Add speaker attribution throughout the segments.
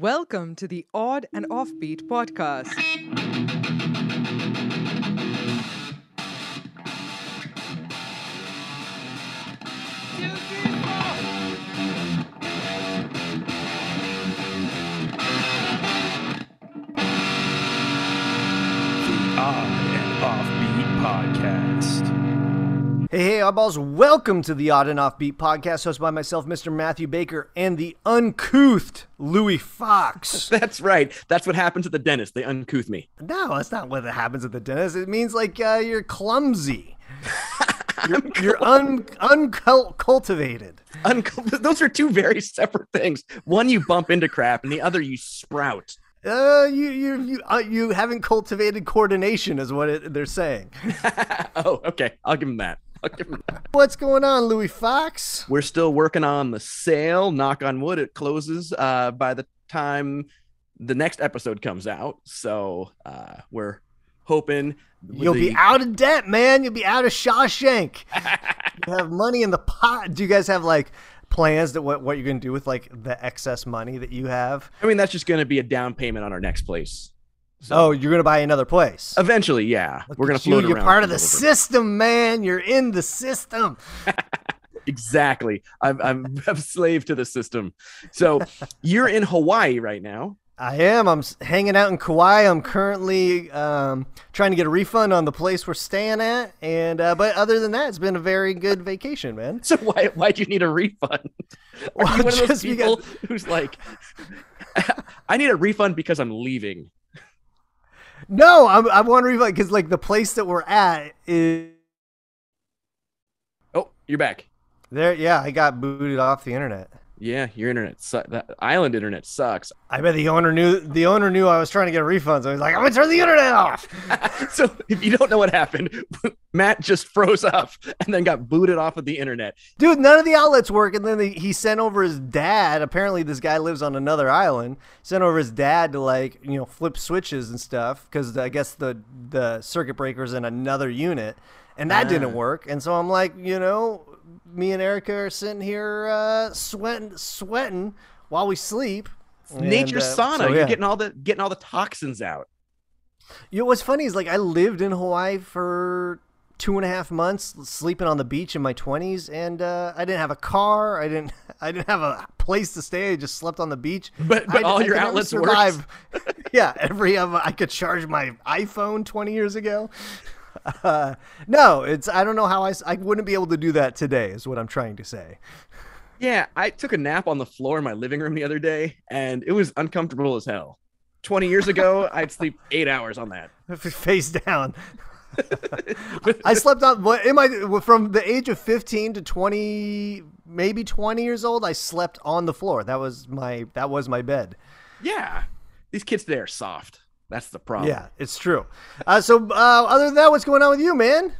Speaker 1: Welcome to the Odd and Offbeat podcast.
Speaker 2: Odd and Offbeat Podcast.
Speaker 3: Hey, hey, oddballs, welcome to the Odd and Offbeat podcast hosted by myself, Mr. Matthew Baker, and the uncouthed Louis Fox.
Speaker 4: That's right. That's what happened to the dentist. They uncouth me.
Speaker 3: no, that's not what happens at the dentist. It means like uh, you're clumsy. You're, you're un, uncultivated.
Speaker 4: Unc- Those are two very separate things. One you bump into crap, and the other you sprout.
Speaker 3: Uh, you you you uh, you haven't cultivated coordination, is what it, they're saying.
Speaker 4: oh, okay. I'll give him that. I'll give him that.
Speaker 3: What's going on, Louis Fox?
Speaker 4: We're still working on the sale. Knock on wood. It closes uh, by the time the next episode comes out. So uh, we're hoping with
Speaker 3: You'll
Speaker 4: the-
Speaker 3: be out of debt, man. You'll be out of Shawshank. you have money in the pot. Do you guys have like plans that what, what you're gonna do with like the excess money that you have?
Speaker 4: I mean, that's just going to be a down payment on our next place.
Speaker 3: Oh, you're gonna buy another place.
Speaker 4: Eventually, yeah, we're going to
Speaker 3: Look at you.
Speaker 4: float
Speaker 3: You're
Speaker 4: around
Speaker 3: part
Speaker 4: for
Speaker 3: of
Speaker 4: a
Speaker 3: the
Speaker 4: little bit.
Speaker 3: system, man. You're in the system.
Speaker 4: Exactly. I'm I'm a slave to the system. So you're in Hawaii right now.
Speaker 3: I am. I'm s- hanging out in Kauai. I'm currently um, trying to get a refund on the place we're staying at, and uh, but other than that, it's been a very good vacation, man.
Speaker 4: So why why do you need a refund? Are
Speaker 3: Well,
Speaker 4: you one of those
Speaker 3: just
Speaker 4: people
Speaker 3: because-
Speaker 4: who's like, I need a refund because I'm leaving.
Speaker 3: No, I'm, I'm wondering because like the place that we're at is.
Speaker 4: Oh, you're back.
Speaker 3: There, yeah, I got booted off the internet.
Speaker 4: Yeah, your internet su- that island internet sucks.
Speaker 3: I bet the owner knew. The owner knew I was trying to get a refund, so he's like, "I'm gonna turn the internet off."
Speaker 4: so if you don't know what happened, Matt just froze up and then got booted off of the internet.
Speaker 3: Dude, none of the outlets work, and then he sent over his dad. Apparently, this guy lives on another island. Sent over his dad to like you know flip switches and stuff because I guess the the circuit breaker's in another unit, and that didn't work. And so I'm like, you know, me and Erica are sitting here uh, sweating, sweating while we sleep.
Speaker 4: Nature
Speaker 3: And, uh,
Speaker 4: sauna.
Speaker 3: so,
Speaker 4: You're
Speaker 3: yeah.
Speaker 4: getting all the getting all the toxins out.
Speaker 3: You know, what's funny is like I lived in Hawaii for two and a half months, sleeping on the beach in my twenties, and uh, I didn't have a car. I didn't. I didn't have a place to stay. I just slept on the beach.
Speaker 4: But- but
Speaker 3: I-
Speaker 4: all
Speaker 3: I
Speaker 4: your
Speaker 3: could never
Speaker 4: outlets worked.
Speaker 3: survive. yeah, every of I could charge my iPhone twenty years ago. Uh, no, it's I don't know how I s- I wouldn't be able to do that today. Is what I'm trying to say.
Speaker 4: Yeah, I took a nap on the floor in my living room the other day, and it was uncomfortable as hell. Twenty years ago, I'd sleep eight hours on that.
Speaker 3: face down. I slept on what am I from the age of 15 to 20 maybe 20 years old I slept on the floor. That was my that was my bed.
Speaker 4: Yeah, these kids today are soft. That's the problem.
Speaker 3: Yeah, it's true. Uh, so uh, other than that what's going on with you, man?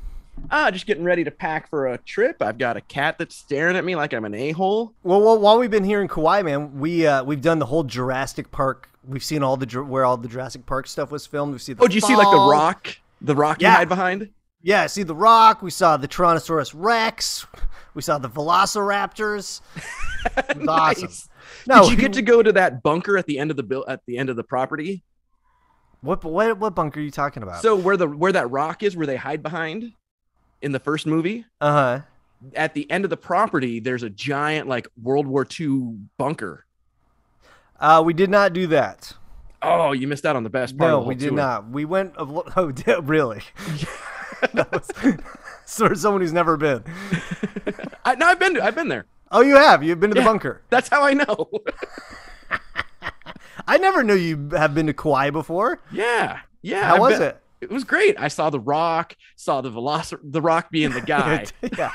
Speaker 4: Ah, just getting ready to pack for a trip. I've got a cat that's staring at me like I'm an a hole.
Speaker 3: Well, well, while we've been here in Kauai, man, we uh, we've done the whole Jurassic Park. We've seen all the Jur- where all the Jurassic Park stuff was filmed. We've seen the
Speaker 4: Oh, did you see like the
Speaker 3: Fall.
Speaker 4: rock? The rock
Speaker 3: Yeah.
Speaker 4: you hide behind?
Speaker 3: Yeah, see the Rock. We saw the Tyrannosaurus Rex. We saw the Velociraptors. It was awesome.
Speaker 4: Nice.
Speaker 3: No,
Speaker 4: did you get
Speaker 3: we-
Speaker 4: to go to that bunker at the end of the bill at the end of the property?
Speaker 3: What what what bunker are you talking about?
Speaker 4: So where the where that rock is, where they hide behind in the first movie?
Speaker 3: uh huh.
Speaker 4: at the end of the property, there's a giant like World War II bunker.
Speaker 3: Uh, we did not do that.
Speaker 4: Oh, you missed out on the best part.
Speaker 3: No,
Speaker 4: of the
Speaker 3: we
Speaker 4: whole
Speaker 3: did
Speaker 4: tour.
Speaker 3: not. We went. of lo- Oh, di- really? that was so for someone who's never been.
Speaker 4: I, no, I've been to, I've been there.
Speaker 3: Oh, you have. You've been to the
Speaker 4: Yeah.
Speaker 3: bunker.
Speaker 4: That's how I know.
Speaker 3: I never knew you have been to Kauai before.
Speaker 4: yeah, yeah.
Speaker 3: How
Speaker 4: I've
Speaker 3: was
Speaker 4: been-
Speaker 3: it?
Speaker 4: It was great. I saw the Rock. Saw the Velocir. The Rock being the guy.
Speaker 3: yeah.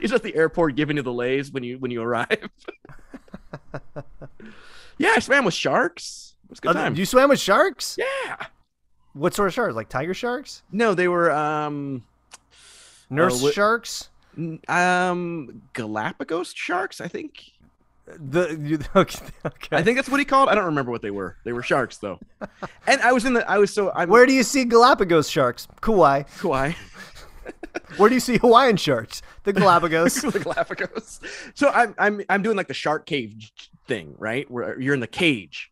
Speaker 4: He's at the airport giving you the lays when you when you arrive. yeah, I swam with sharks. It was a good
Speaker 3: Uh,
Speaker 4: time.
Speaker 3: you swam with sharks?
Speaker 4: yeah. Uh,
Speaker 3: What sort of sharks? Like tiger sharks?
Speaker 4: No, they were um
Speaker 3: Nurse
Speaker 4: what-
Speaker 3: sharks?
Speaker 4: n- um Galapagos sharks. I think.
Speaker 3: The you, okay. okay.
Speaker 4: I think that's what he called. I don't remember what they were. They were sharks though. And I was in the. I was so. I'm
Speaker 3: Where do you see Galapagos sharks? Kauai.
Speaker 4: Kauai,
Speaker 3: Where do you see Hawaiian sharks? The Galapagos.
Speaker 4: the Galapagos. So I'm I'm I'm doing like the shark cage thing, right? Where you're in the cage,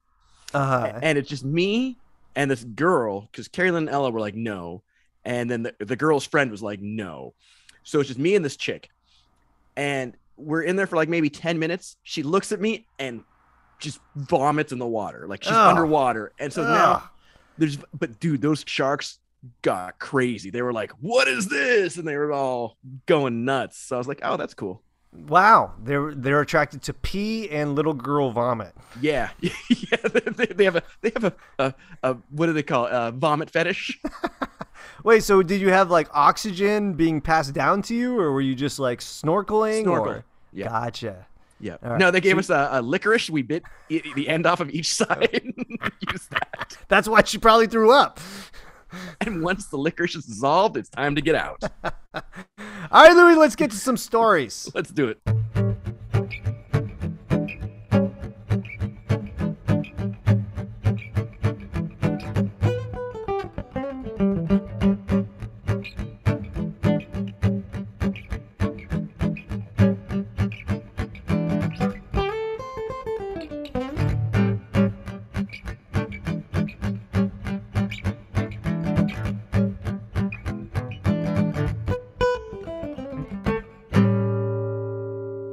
Speaker 3: Uh,
Speaker 4: and it's just me and this girl because Carrie Lynn and Ella were like no, and then the, the girl's friend was like no, so it's just me and this chick, and we're in there for like maybe ten minutes. She looks at me and just vomits in the water, like she's
Speaker 3: Ugh.
Speaker 4: underwater, and so now
Speaker 3: Oh. Ugh.
Speaker 4: there's but dude, those sharks got crazy. They were like, "What is this?" and they were all going nuts. So I was like, "Oh, that's cool."
Speaker 3: wow, they're they're attracted to pee and little girl vomit.
Speaker 4: Yeah, yeah. They, they have a they have a, a, a what do they call it? A vomit fetish?
Speaker 3: Wait, so did you have like oxygen being passed down to you, or were you just like snorkeling?
Speaker 4: Snorkel.
Speaker 3: or-
Speaker 4: Yeah.
Speaker 3: Gotcha.
Speaker 4: Yeah.
Speaker 3: All right.
Speaker 4: No, they gave us a, a licorice. We bit i- the end off of each side. Use that.
Speaker 3: That's why she probably threw up.
Speaker 4: And once the licorice is dissolved, it's time to get out.
Speaker 3: All right, Louis, let's get to some stories.
Speaker 4: Let's do it.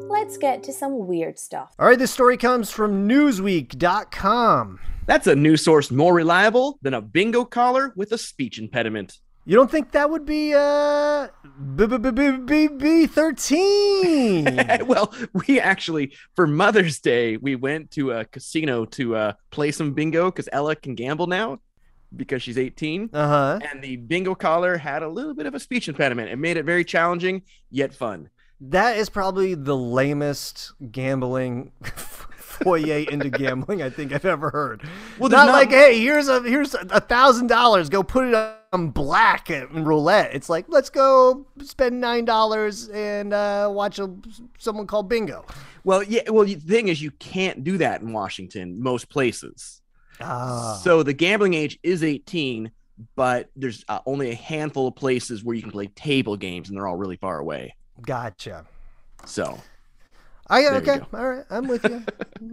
Speaker 5: Let's get to some weird stuff.
Speaker 3: All right, this story comes from Newsweek.com.
Speaker 4: That's a news source more reliable than a bingo caller with a speech impediment.
Speaker 3: You don't think that would be uh B B B B B B thirteen?
Speaker 4: well, we actually for Mother's Day we went to a casino to uh, play some bingo because Ella can gamble now because she's 18.
Speaker 3: Uh huh.
Speaker 4: and the bingo caller had a little bit of a speech impediment. It made it very challenging yet fun.
Speaker 3: That is probably the lamest gambling foyer into gambling I think I've ever heard.
Speaker 4: Well, there's
Speaker 3: not,
Speaker 4: not-
Speaker 3: like hey, here's a here's a thousand dollars. Go put it on black at roulette. It's like let's go spend nine dollars and uh, watch a, someone call bingo.
Speaker 4: Well, yeah. Well, the thing is, you can't do that in Washington, most places.
Speaker 3: Ah,
Speaker 4: So the gambling age is 18, but there's uh, only a handful of places where you can play table games, and they're all really far away.
Speaker 3: gotcha.
Speaker 4: So
Speaker 3: I
Speaker 4: you
Speaker 3: okay. All right, I'm with you.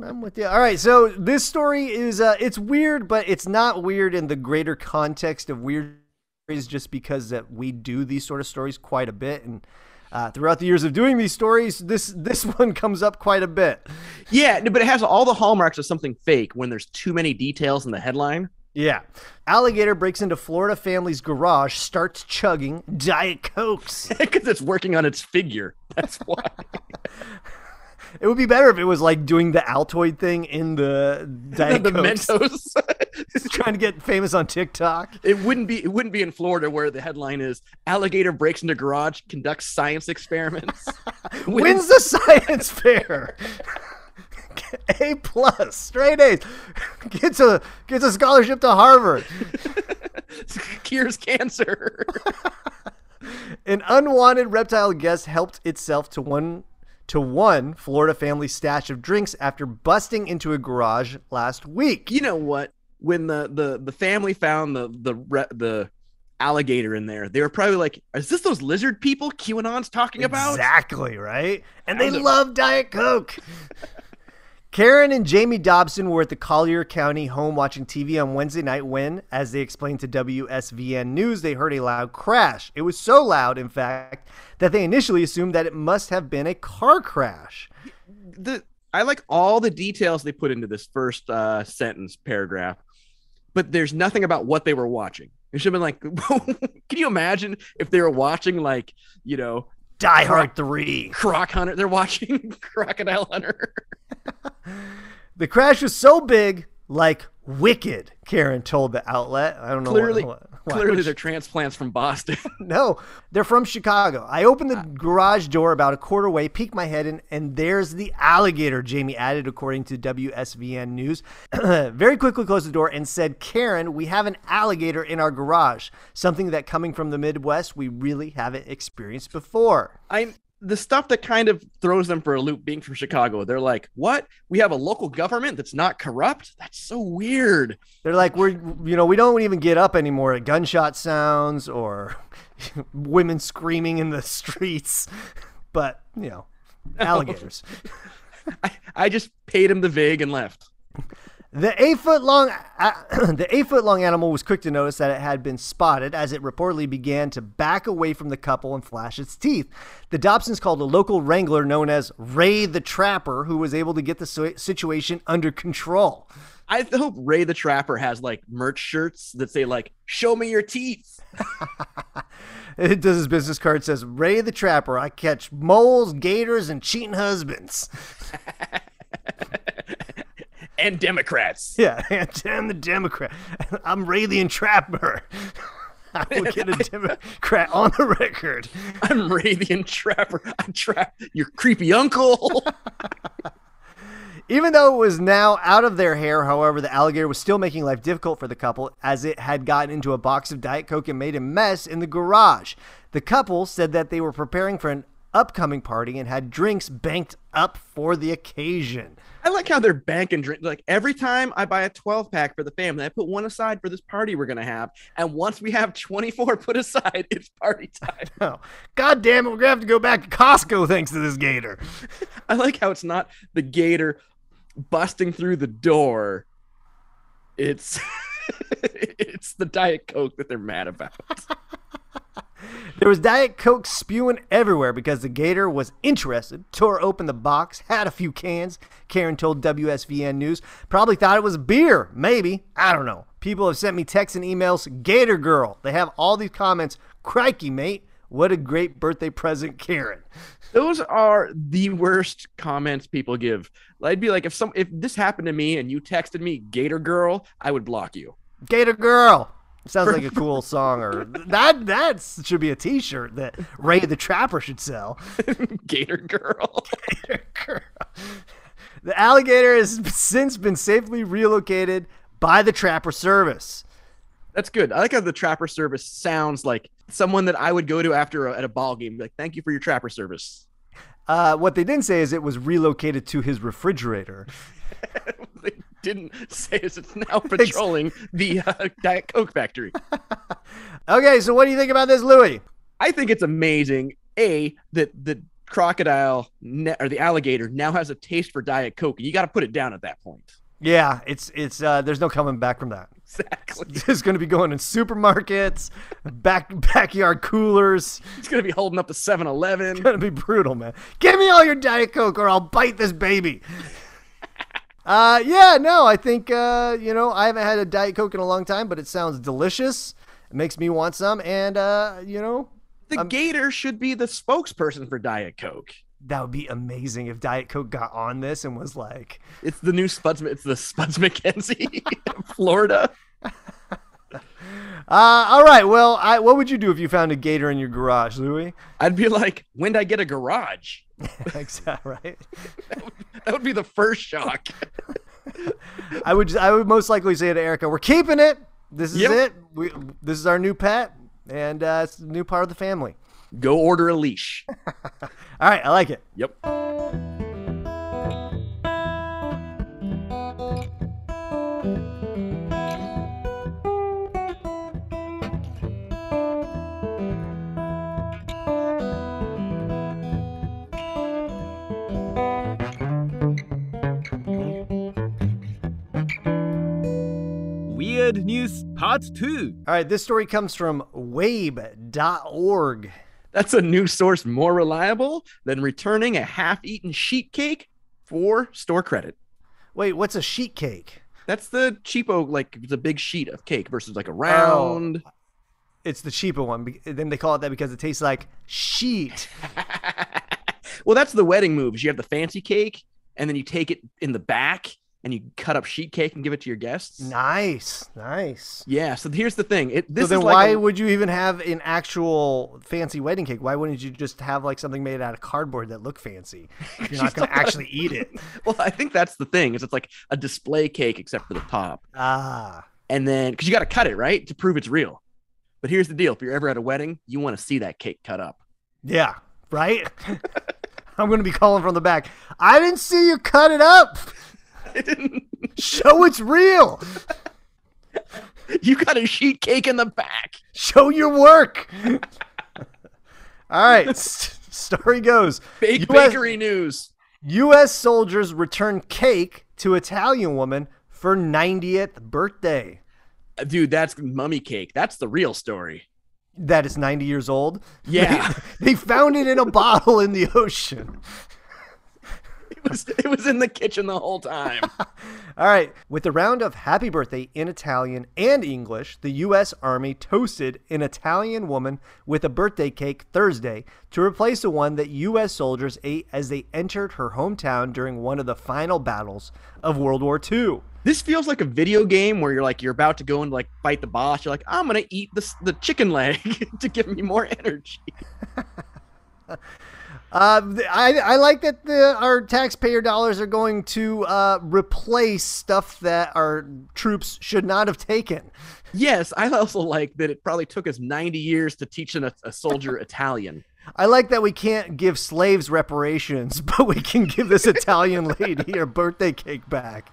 Speaker 3: I'm with you. All right, so this story is uh, it's weird, but it's not weird in the greater context of weird stories, just because that we do these sort of stories quite a bit, and uh, throughout the years of doing these stories, this this one comes up quite a bit.
Speaker 4: yeah, no, but it has all the hallmarks of something fake when there's too many details in the headline.
Speaker 3: Yeah, alligator breaks into Florida family's garage, starts chugging Diet Cokes.
Speaker 4: Because it's working on its figure. That's why.
Speaker 3: it would be better if it was like doing the Altoid thing in the Diet
Speaker 4: the
Speaker 3: Cokes,
Speaker 4: Mentos.
Speaker 3: trying to get famous on TikTok.
Speaker 4: It wouldn't be it wouldn't be in Florida where the headline is alligator breaks into garage, conducts science experiments.
Speaker 3: When's the science fair? A plus, straight A's. Gets a gets a scholarship to Harvard.
Speaker 4: cures cancer.
Speaker 3: An unwanted reptile guest helped itself to one to one Florida family stash of drinks after busting into a garage last week.
Speaker 4: you know what? When the the the family found the the re- the alligator in there, they were probably like, "Is this those lizard people QAnon's talking about?"
Speaker 3: Exactly, right? And they
Speaker 4: Sounds-
Speaker 3: love Diet Coke. Karen and Jamie Dobson were at the Collier County home watching TV on Wednesday night when, as they explained to WSVN News, they heard a loud crash. It was so loud, in fact, that they initially assumed that it must have been a car crash.
Speaker 4: the I like all the details they put into this first uh, sentence paragraph, but there's nothing about what they were watching. It should have been like, can you imagine if they were watching like you know
Speaker 3: Die Hard 3.
Speaker 4: Croc Hunter. They're watching Crocodile Hunter.
Speaker 3: The crash was so big, like wicked, Karen told the outlet. I don't know.
Speaker 4: Clearly-
Speaker 3: what,
Speaker 4: Clearly, they're transplants from Boston.
Speaker 3: No, they're from Chicago. I opened the garage door about a quarter way, peeked my head in, and there's the alligator, Jamie added, according to WSVN News. Very quickly closed the door and said, Karen, we have an alligator in our garage, something that coming from the Midwest, we really haven't experienced before.
Speaker 4: I the stuff that kind of throws them for a loop. Being from Chicago, they're like, "What? We have a local government that's not corrupt? That's so weird."
Speaker 3: They're like, we're, you know, we don't even get up anymore at gunshot sounds or women screaming in the streets, but, you know, alligators.
Speaker 4: I, I just paid him the vig and left.
Speaker 3: The eight foot long, the eight foot long animal was quick to notice that it had been spotted as it reportedly began to back away from the couple and flash its teeth. The Dobsons called a local wrangler known as Ray the Trapper, who was able to get the si- situation under control.
Speaker 4: I hope Ray the Trapper has like merch shirts that say like "Show me your teeth."
Speaker 3: It does his business card says Ray the Trapper. I catch moles, gators, and cheating husbands.
Speaker 4: and Democrats.
Speaker 3: Yeah, and I'm the Democrat. I'm Ray the Entrapper. I will get a Democrat on the record.
Speaker 4: I'm Ray the Entrapper. I trap your creepy uncle.
Speaker 3: Even though it was now out of their hair, however, the alligator was still making life difficult for the couple as it had gotten into a box of Diet Coke and made a mess in the garage. The couple said that they were preparing for an upcoming party and had drinks banked up for the occasion.
Speaker 4: I like how they're banking drink. Like every time I buy a 12 pack for the family, I put one aside for this party we're gonna have. And once we have 24 put aside, it's party time.
Speaker 3: Oh, God damn it, we're going to have to go back to Costco thanks to this gator.
Speaker 4: I like how it's not the gator busting through the door. It's it's the Diet Coke that they're mad about.
Speaker 3: There was Diet Coke spewing everywhere because the gator was interested, tore open the box, had a few cans. Karen told WSVN News, probably thought it was beer, maybe. I don't know. People have sent me texts and emails, Gator Girl. They have all these comments, crikey, mate. What a great birthday present, Karen.
Speaker 4: Those are the worst comments people give. I'd be like, if some if this happened to me and you texted me Gator Girl, I would block you.
Speaker 3: Gator Girl. Sounds like a cool song, or that that should be a T-shirt that Ray the Trapper should sell.
Speaker 4: Gator Girl.
Speaker 3: The alligator has since been safely relocated by the Trapper Service.
Speaker 4: That's good. I like how the trapper service sounds like someone that I would go to after a, at a ball game. Like, thank you for your trapper service.
Speaker 3: Uh, what they didn't say is it was relocated to his refrigerator.
Speaker 4: they didn't say is it's now patrolling the uh, Diet Coke factory.
Speaker 3: Okay, so what do you think about this, Louis?
Speaker 4: I think it's amazing. A that the crocodile ne- or the alligator now has a taste for Diet Coke. You got to put it down at that point.
Speaker 3: Yeah, it's it's uh, there's no coming back from that.
Speaker 4: Exactly.
Speaker 3: It's going to be going in supermarkets, back backyard coolers.
Speaker 4: It's gonna be holding up the 7-Eleven.
Speaker 3: gonna be brutal, man. Give me all your Diet Coke or I'll bite this baby. Uh, yeah, no, I think, uh, you know, I haven't had a Diet Coke in a long time, but it sounds delicious. It makes me want some. And, uh, you know,
Speaker 4: The gator should be the spokesperson for Diet Coke.
Speaker 3: that would be amazing if Diet Coke got on this and was like,
Speaker 4: It's the new Spuds. It's the Spuds McKenzie, of Florida.
Speaker 3: uh, all right, well, I, what would you do if you found a gator in your garage, Louis?
Speaker 4: I'd be like, when would I get a garage?
Speaker 3: exactly, right?
Speaker 4: That would be the first shock.
Speaker 3: I would, I would most likely say to Erica, we're keeping it. This is
Speaker 4: Yep.
Speaker 3: it. We, this is our new pet. And, uh, it's a new part of the family.
Speaker 4: Go order a leash.
Speaker 3: All right, I like it.
Speaker 4: Yep.
Speaker 6: Weird News Part 2.
Speaker 3: All right, this story comes from wabe.org.
Speaker 4: That's a new source more reliable than returning a half-eaten sheet cake for store credit.
Speaker 3: Wait, what's a sheet cake?
Speaker 4: That's the cheapo, like the big sheet of cake versus
Speaker 3: Oh.
Speaker 4: like a round.
Speaker 3: It's the cheaper one. be- Then they call it that because it tastes like sheet.
Speaker 4: well, that's the wedding moves. You have the fancy cake, and then you take it in the back and you cut up sheet cake and give it to your guests.
Speaker 3: Nice, nice.
Speaker 4: Yeah. So here's the thing. It, this
Speaker 3: so then
Speaker 4: is like
Speaker 3: why
Speaker 4: a-
Speaker 3: would you even have an actual fancy wedding cake? Why wouldn't you just have like something made out of cardboard that looked fancy? if You're not going to actually eat it.
Speaker 4: well, I think that's the thing. Is it's like a display cake except for the top.
Speaker 3: Ah,
Speaker 4: and then because you got to cut it right to prove it's real. But here's the deal: if you're ever at a wedding, you want to see that cake cut up.
Speaker 3: yeah, right? I'm going to be calling from the back. I didn't see you cut it up. Show it's real.
Speaker 4: you got a sheet cake in the back.
Speaker 3: Show your work. All right. s- Story goes
Speaker 4: Bake
Speaker 3: US
Speaker 4: bakery news.
Speaker 3: U.S. soldiers return cake to Italian woman for 90th birthday.
Speaker 4: Dude, that's mummy cake. That's the real story.
Speaker 3: That is 90 years old.
Speaker 4: Yeah.
Speaker 3: They found it in a bottle in the ocean.
Speaker 4: it was it was in the kitchen the whole time.
Speaker 3: All right. With the round of happy birthday in Italian and English, the U.S. Army toasted an Italian woman with a birthday cake Thursday to replace the one that U.S. soldiers ate as they entered her hometown during one of the final battles of World War II.
Speaker 4: this feels like a video game where you're like you're about to go and like fight the boss. You're like, I'm gonna eat this the chicken leg to give me more energy.
Speaker 3: Uh, th- I, I like that the, our taxpayer dollars are going to uh, replace stuff that our troops should not have taken.
Speaker 4: Yes, I also like that it probably took us 90 years to teach an, a soldier Italian.
Speaker 3: I like that we can't give slaves reparations, but we can give this Italian lady her birthday cake back.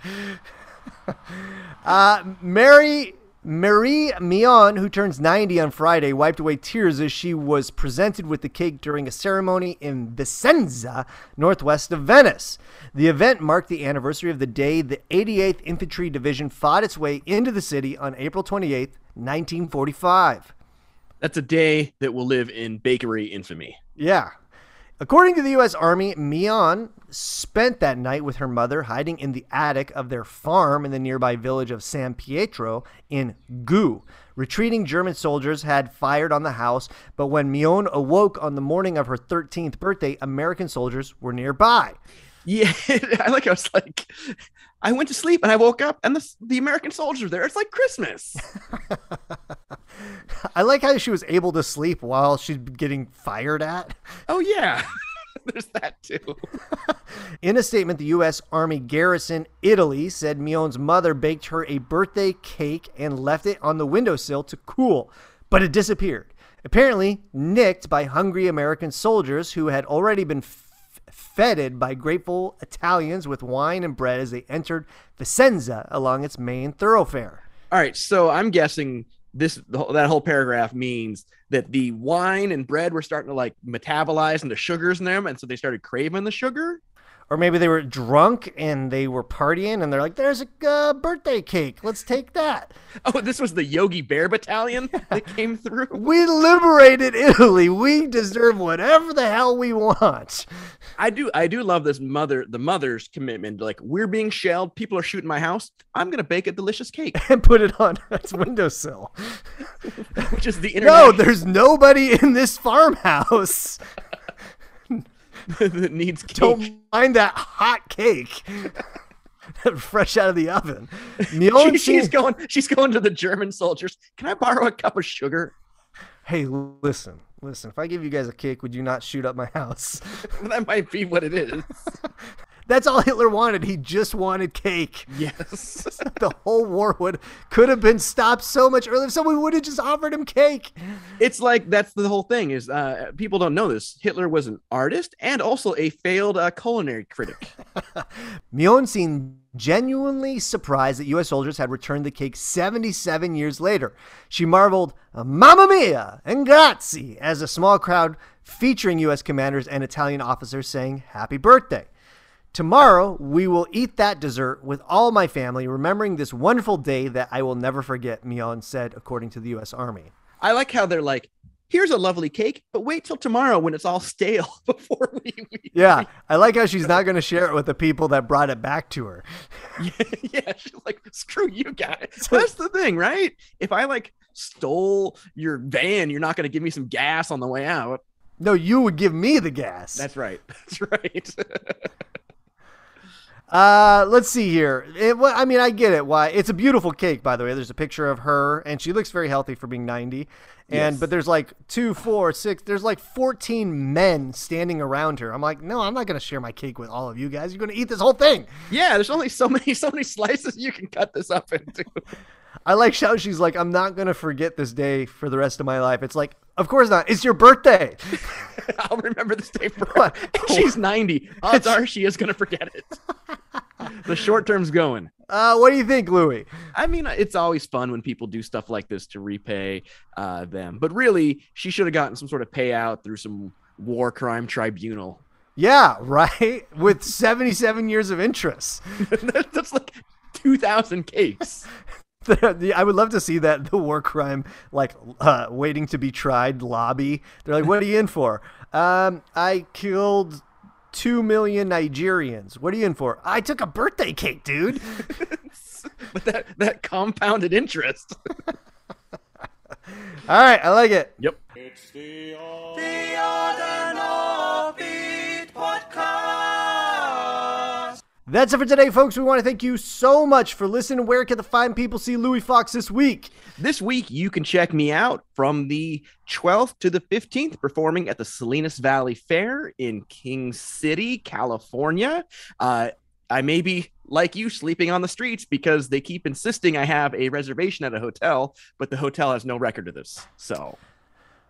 Speaker 3: Uh, Mary Marie Mion, who turns 90 on Friday, wiped away tears as she was presented with the cake during a ceremony in Vicenza, northwest of Venice. The event marked the anniversary of the day the 88th Infantry Division fought its way into the city on April 28th, 1945.
Speaker 4: That's a day that will live in bakery infamy.
Speaker 3: Yeah. According to the U.S. Army, Mion spent that night with her mother hiding in the attic of their farm in the nearby village of San Pietro in Gu. Retreating German soldiers had fired on the house, but when Mion awoke on the morning of her 13th birthday, American soldiers were nearby.
Speaker 4: Yeah, I like. I was like, I went to sleep and I woke up and the the American soldiers there. It's like Christmas.
Speaker 3: I like how she was able to sleep while she's getting fired at.
Speaker 4: oh yeah, there's that too.
Speaker 3: In a statement, the U.S. Army garrison Italy said Mion's mother baked her a birthday cake and left it on the windowsill to cool, but it disappeared. Apparently, nicked by hungry American soldiers who had already been f- feted by grateful Italians with wine and bread as they entered Vicenza along its main thoroughfare.
Speaker 4: All right, so I'm guessing this the whole- that whole paragraph means that the wine and bread were starting to like metabolize into sugars in them, and so they started craving the sugar.
Speaker 3: Or maybe they were drunk and they were partying and they're like, there's a uh, birthday cake. Let's take that.
Speaker 4: Oh, this was the Yogi Bear Battalion that came through.
Speaker 3: We liberated Italy. We deserve whatever the hell we want.
Speaker 4: I do I do love this mother the mother's commitment. Like we're being shelled, people are shooting my house. I'm gonna bake a delicious cake,
Speaker 3: And put it on its windowsill.
Speaker 4: which is the
Speaker 3: No,
Speaker 4: international
Speaker 3: there's nobody in this farmhouse.
Speaker 4: that needs cake.
Speaker 3: Don't mind that hot cake. Fresh out of the oven.
Speaker 4: She-
Speaker 3: Mion
Speaker 4: she's
Speaker 3: seemed-
Speaker 4: going she's going to the German soldiers. Can I borrow a cup of sugar?
Speaker 3: hey, l- listen, listen. If I give you guys a cake, would you not shoot up my house?
Speaker 4: That might be what it is.
Speaker 3: That's all Hitler wanted. He just wanted cake.
Speaker 4: Yes.
Speaker 3: The whole war would could have been stopped so much earlier if someone would have just offered him cake.
Speaker 4: it's like that's the whole thing is uh, people don't know this. Hitler was an artist and also a failed uh, culinary critic.
Speaker 3: Mion seemed genuinely surprised that U.S. soldiers had returned the cake 77 years later. She marveled, Mamma mia and grazie, as a small crowd featuring U.S. commanders and Italian officers sang happy birthday. Tomorrow, we will eat that dessert with all my family, remembering this wonderful day that I will never forget, Mion said, according to the U.S. Army.
Speaker 4: I like how they're like, here's a lovely cake, but wait till tomorrow when it's all stale before we. we
Speaker 3: Yeah, I like how she's not going to share it with the people that brought it back to her.
Speaker 4: yeah, she's like, screw you guys. That's the thing, right? If I like stole your van, you're not going to give me some gas on the way out.
Speaker 3: No, you would give me the gas.
Speaker 4: That's right. That's right.
Speaker 3: Uh, let's see here. It, well, I mean, I get it. Why? It's a beautiful cake, by the way. There's a picture of her, and she looks very healthy for being 90. And
Speaker 4: Yes.
Speaker 3: but there's like two, four, six. There's like 14 men standing around her. I'm like, no, I'm not gonna share my cake with all of you guys. You're gonna eat this whole thing.
Speaker 4: yeah, there's only so many, so many slices you can cut this up into.
Speaker 3: I like how she's like, I'm not gonna forget this day for the rest of my life. It's like, of course not. It's your birthday.
Speaker 4: I'll remember this day for
Speaker 3: What?
Speaker 4: She's 90. Odds are Oh, she is going to forget it. the short term's going.
Speaker 3: Uh, what do you think, Louie?
Speaker 4: I mean, it's always fun when people do stuff like this to repay uh, them. But really, she should have gotten some sort of payout through some war crime tribunal.
Speaker 3: Yeah, right. With 77 years of interest.
Speaker 4: That's like 2,000 cakes.
Speaker 3: The- the- I would love to see that the war crime, like uh, waiting to be tried lobby. They're like, what are you in for? Um, I killed two million Nigerians. What are you in for? I took a birthday cake, dude.
Speaker 4: but that, that compounded interest.
Speaker 3: All right, I like it.
Speaker 4: Yep.
Speaker 3: That's it for today, folks. We want to thank you so much for listening. Where can the fine people see Louis Fox this week?
Speaker 4: This week, you can check me out from the 12th to the 15th, performing at the Salinas Valley Fair in King City, California. Uh, I may be like you, sleeping on the streets because they keep insisting I have a reservation at a hotel, but the hotel has no record of this. So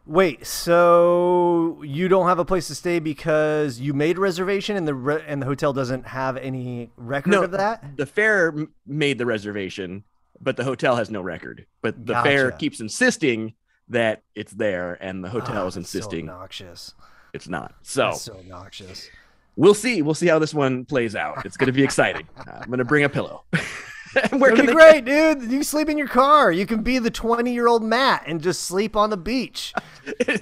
Speaker 3: Wait, so you don't have a place to stay because you made a reservation and the re- and the hotel doesn't have any record
Speaker 4: No.
Speaker 3: of that?
Speaker 4: the fair m- made the reservation, but the hotel has no record. But the fair
Speaker 3: Gotcha.
Speaker 4: keeps insisting that it's there, and the hotel
Speaker 3: Oh,
Speaker 4: is
Speaker 3: that's so
Speaker 4: insisting
Speaker 3: obnoxious.
Speaker 4: it's not. So
Speaker 3: That's so obnoxious.
Speaker 4: we'll see. We'll see how this one plays out. It's going to be exciting. I'm going to bring a pillow. And Where
Speaker 3: It'd
Speaker 4: can
Speaker 3: be
Speaker 4: they
Speaker 3: great, dude. You sleep in your car. You can be the 20 year old Matt and just sleep on the beach.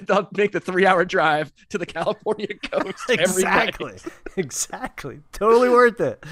Speaker 4: They'll make the three-hour drive to the California coast. every night.
Speaker 3: exactly. Exactly. Totally worth it.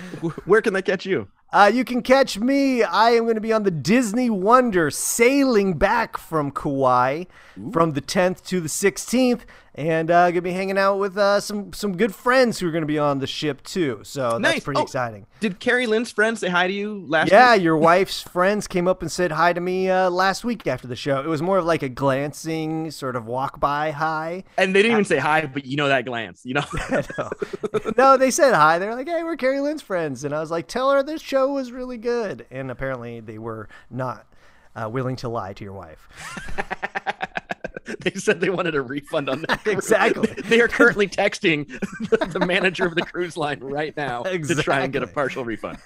Speaker 4: Where can they catch you?
Speaker 3: Uh, you can catch me. I am going to be on the Disney Wonder sailing back from Kauai from the 10th to the 16th. And uh, going to be hanging out with uh, some, some good friends who are going to be on the ship, too. So that's
Speaker 4: Nice.
Speaker 3: pretty
Speaker 4: Oh,
Speaker 3: exciting.
Speaker 4: Did Carrie Lynn's friend say hi to you last?
Speaker 3: Yeah,
Speaker 4: week?
Speaker 3: your wife's friends came up and said hi to me uh, last week after the show. It was more of like a glancing sort of walk by hi.
Speaker 4: and they didn't even say hi, but you know that glance. You know,
Speaker 3: No. no, they said hi. They're like, "Hey, we're Carrie Lynn's friends," and I was like, "Tell her this show was really good." And apparently, they were not uh, willing to lie to your wife.
Speaker 4: they said they wanted a refund on that. crew.
Speaker 3: Exactly.
Speaker 4: they are currently texting the, the manager of the cruise line right now to try and get a
Speaker 3: Exactly.
Speaker 4: partial refund.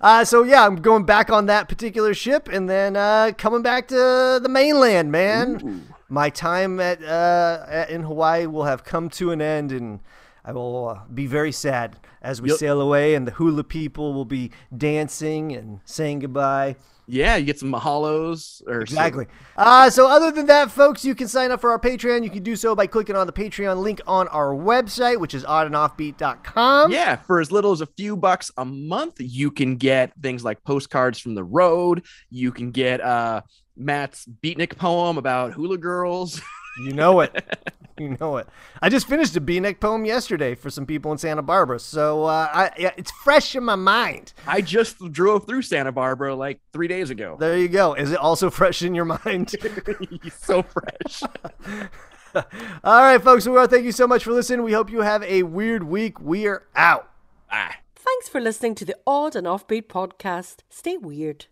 Speaker 3: Uh, so yeah, I'm going back on that particular ship, and then uh, coming back to the mainland, man. My time at, uh, at in Hawaii will have come to an end, and I will uh, be very sad as we
Speaker 4: You'll-
Speaker 3: sail away, and the hula people will be dancing and saying goodbye.
Speaker 4: Yeah, you get some mahalos or some-
Speaker 3: Exactly. Uh, so, other than that, folks, you can sign up for our Patreon. You can do so by clicking on the Patreon link on our website, which is oddandoffbeat.com.
Speaker 4: Yeah, for as little as a few bucks a month, you can get things like postcards from the road. You can get uh, Matt's Beatnik poem about hula girls.
Speaker 3: You know it. you know it. I just finished a B neck poem yesterday for some people in Santa Barbara. So, uh, I, yeah, it's fresh in my mind.
Speaker 4: I just drove through Santa Barbara like three days ago.
Speaker 3: There you go. Is it also fresh in your mind?
Speaker 4: He's so fresh.
Speaker 3: All right, folks. Well, thank you so much for listening. We hope you have a weird week. We are out.
Speaker 4: ah.
Speaker 7: Thanks for listening to the Odd and Offbeat podcast. Stay weird.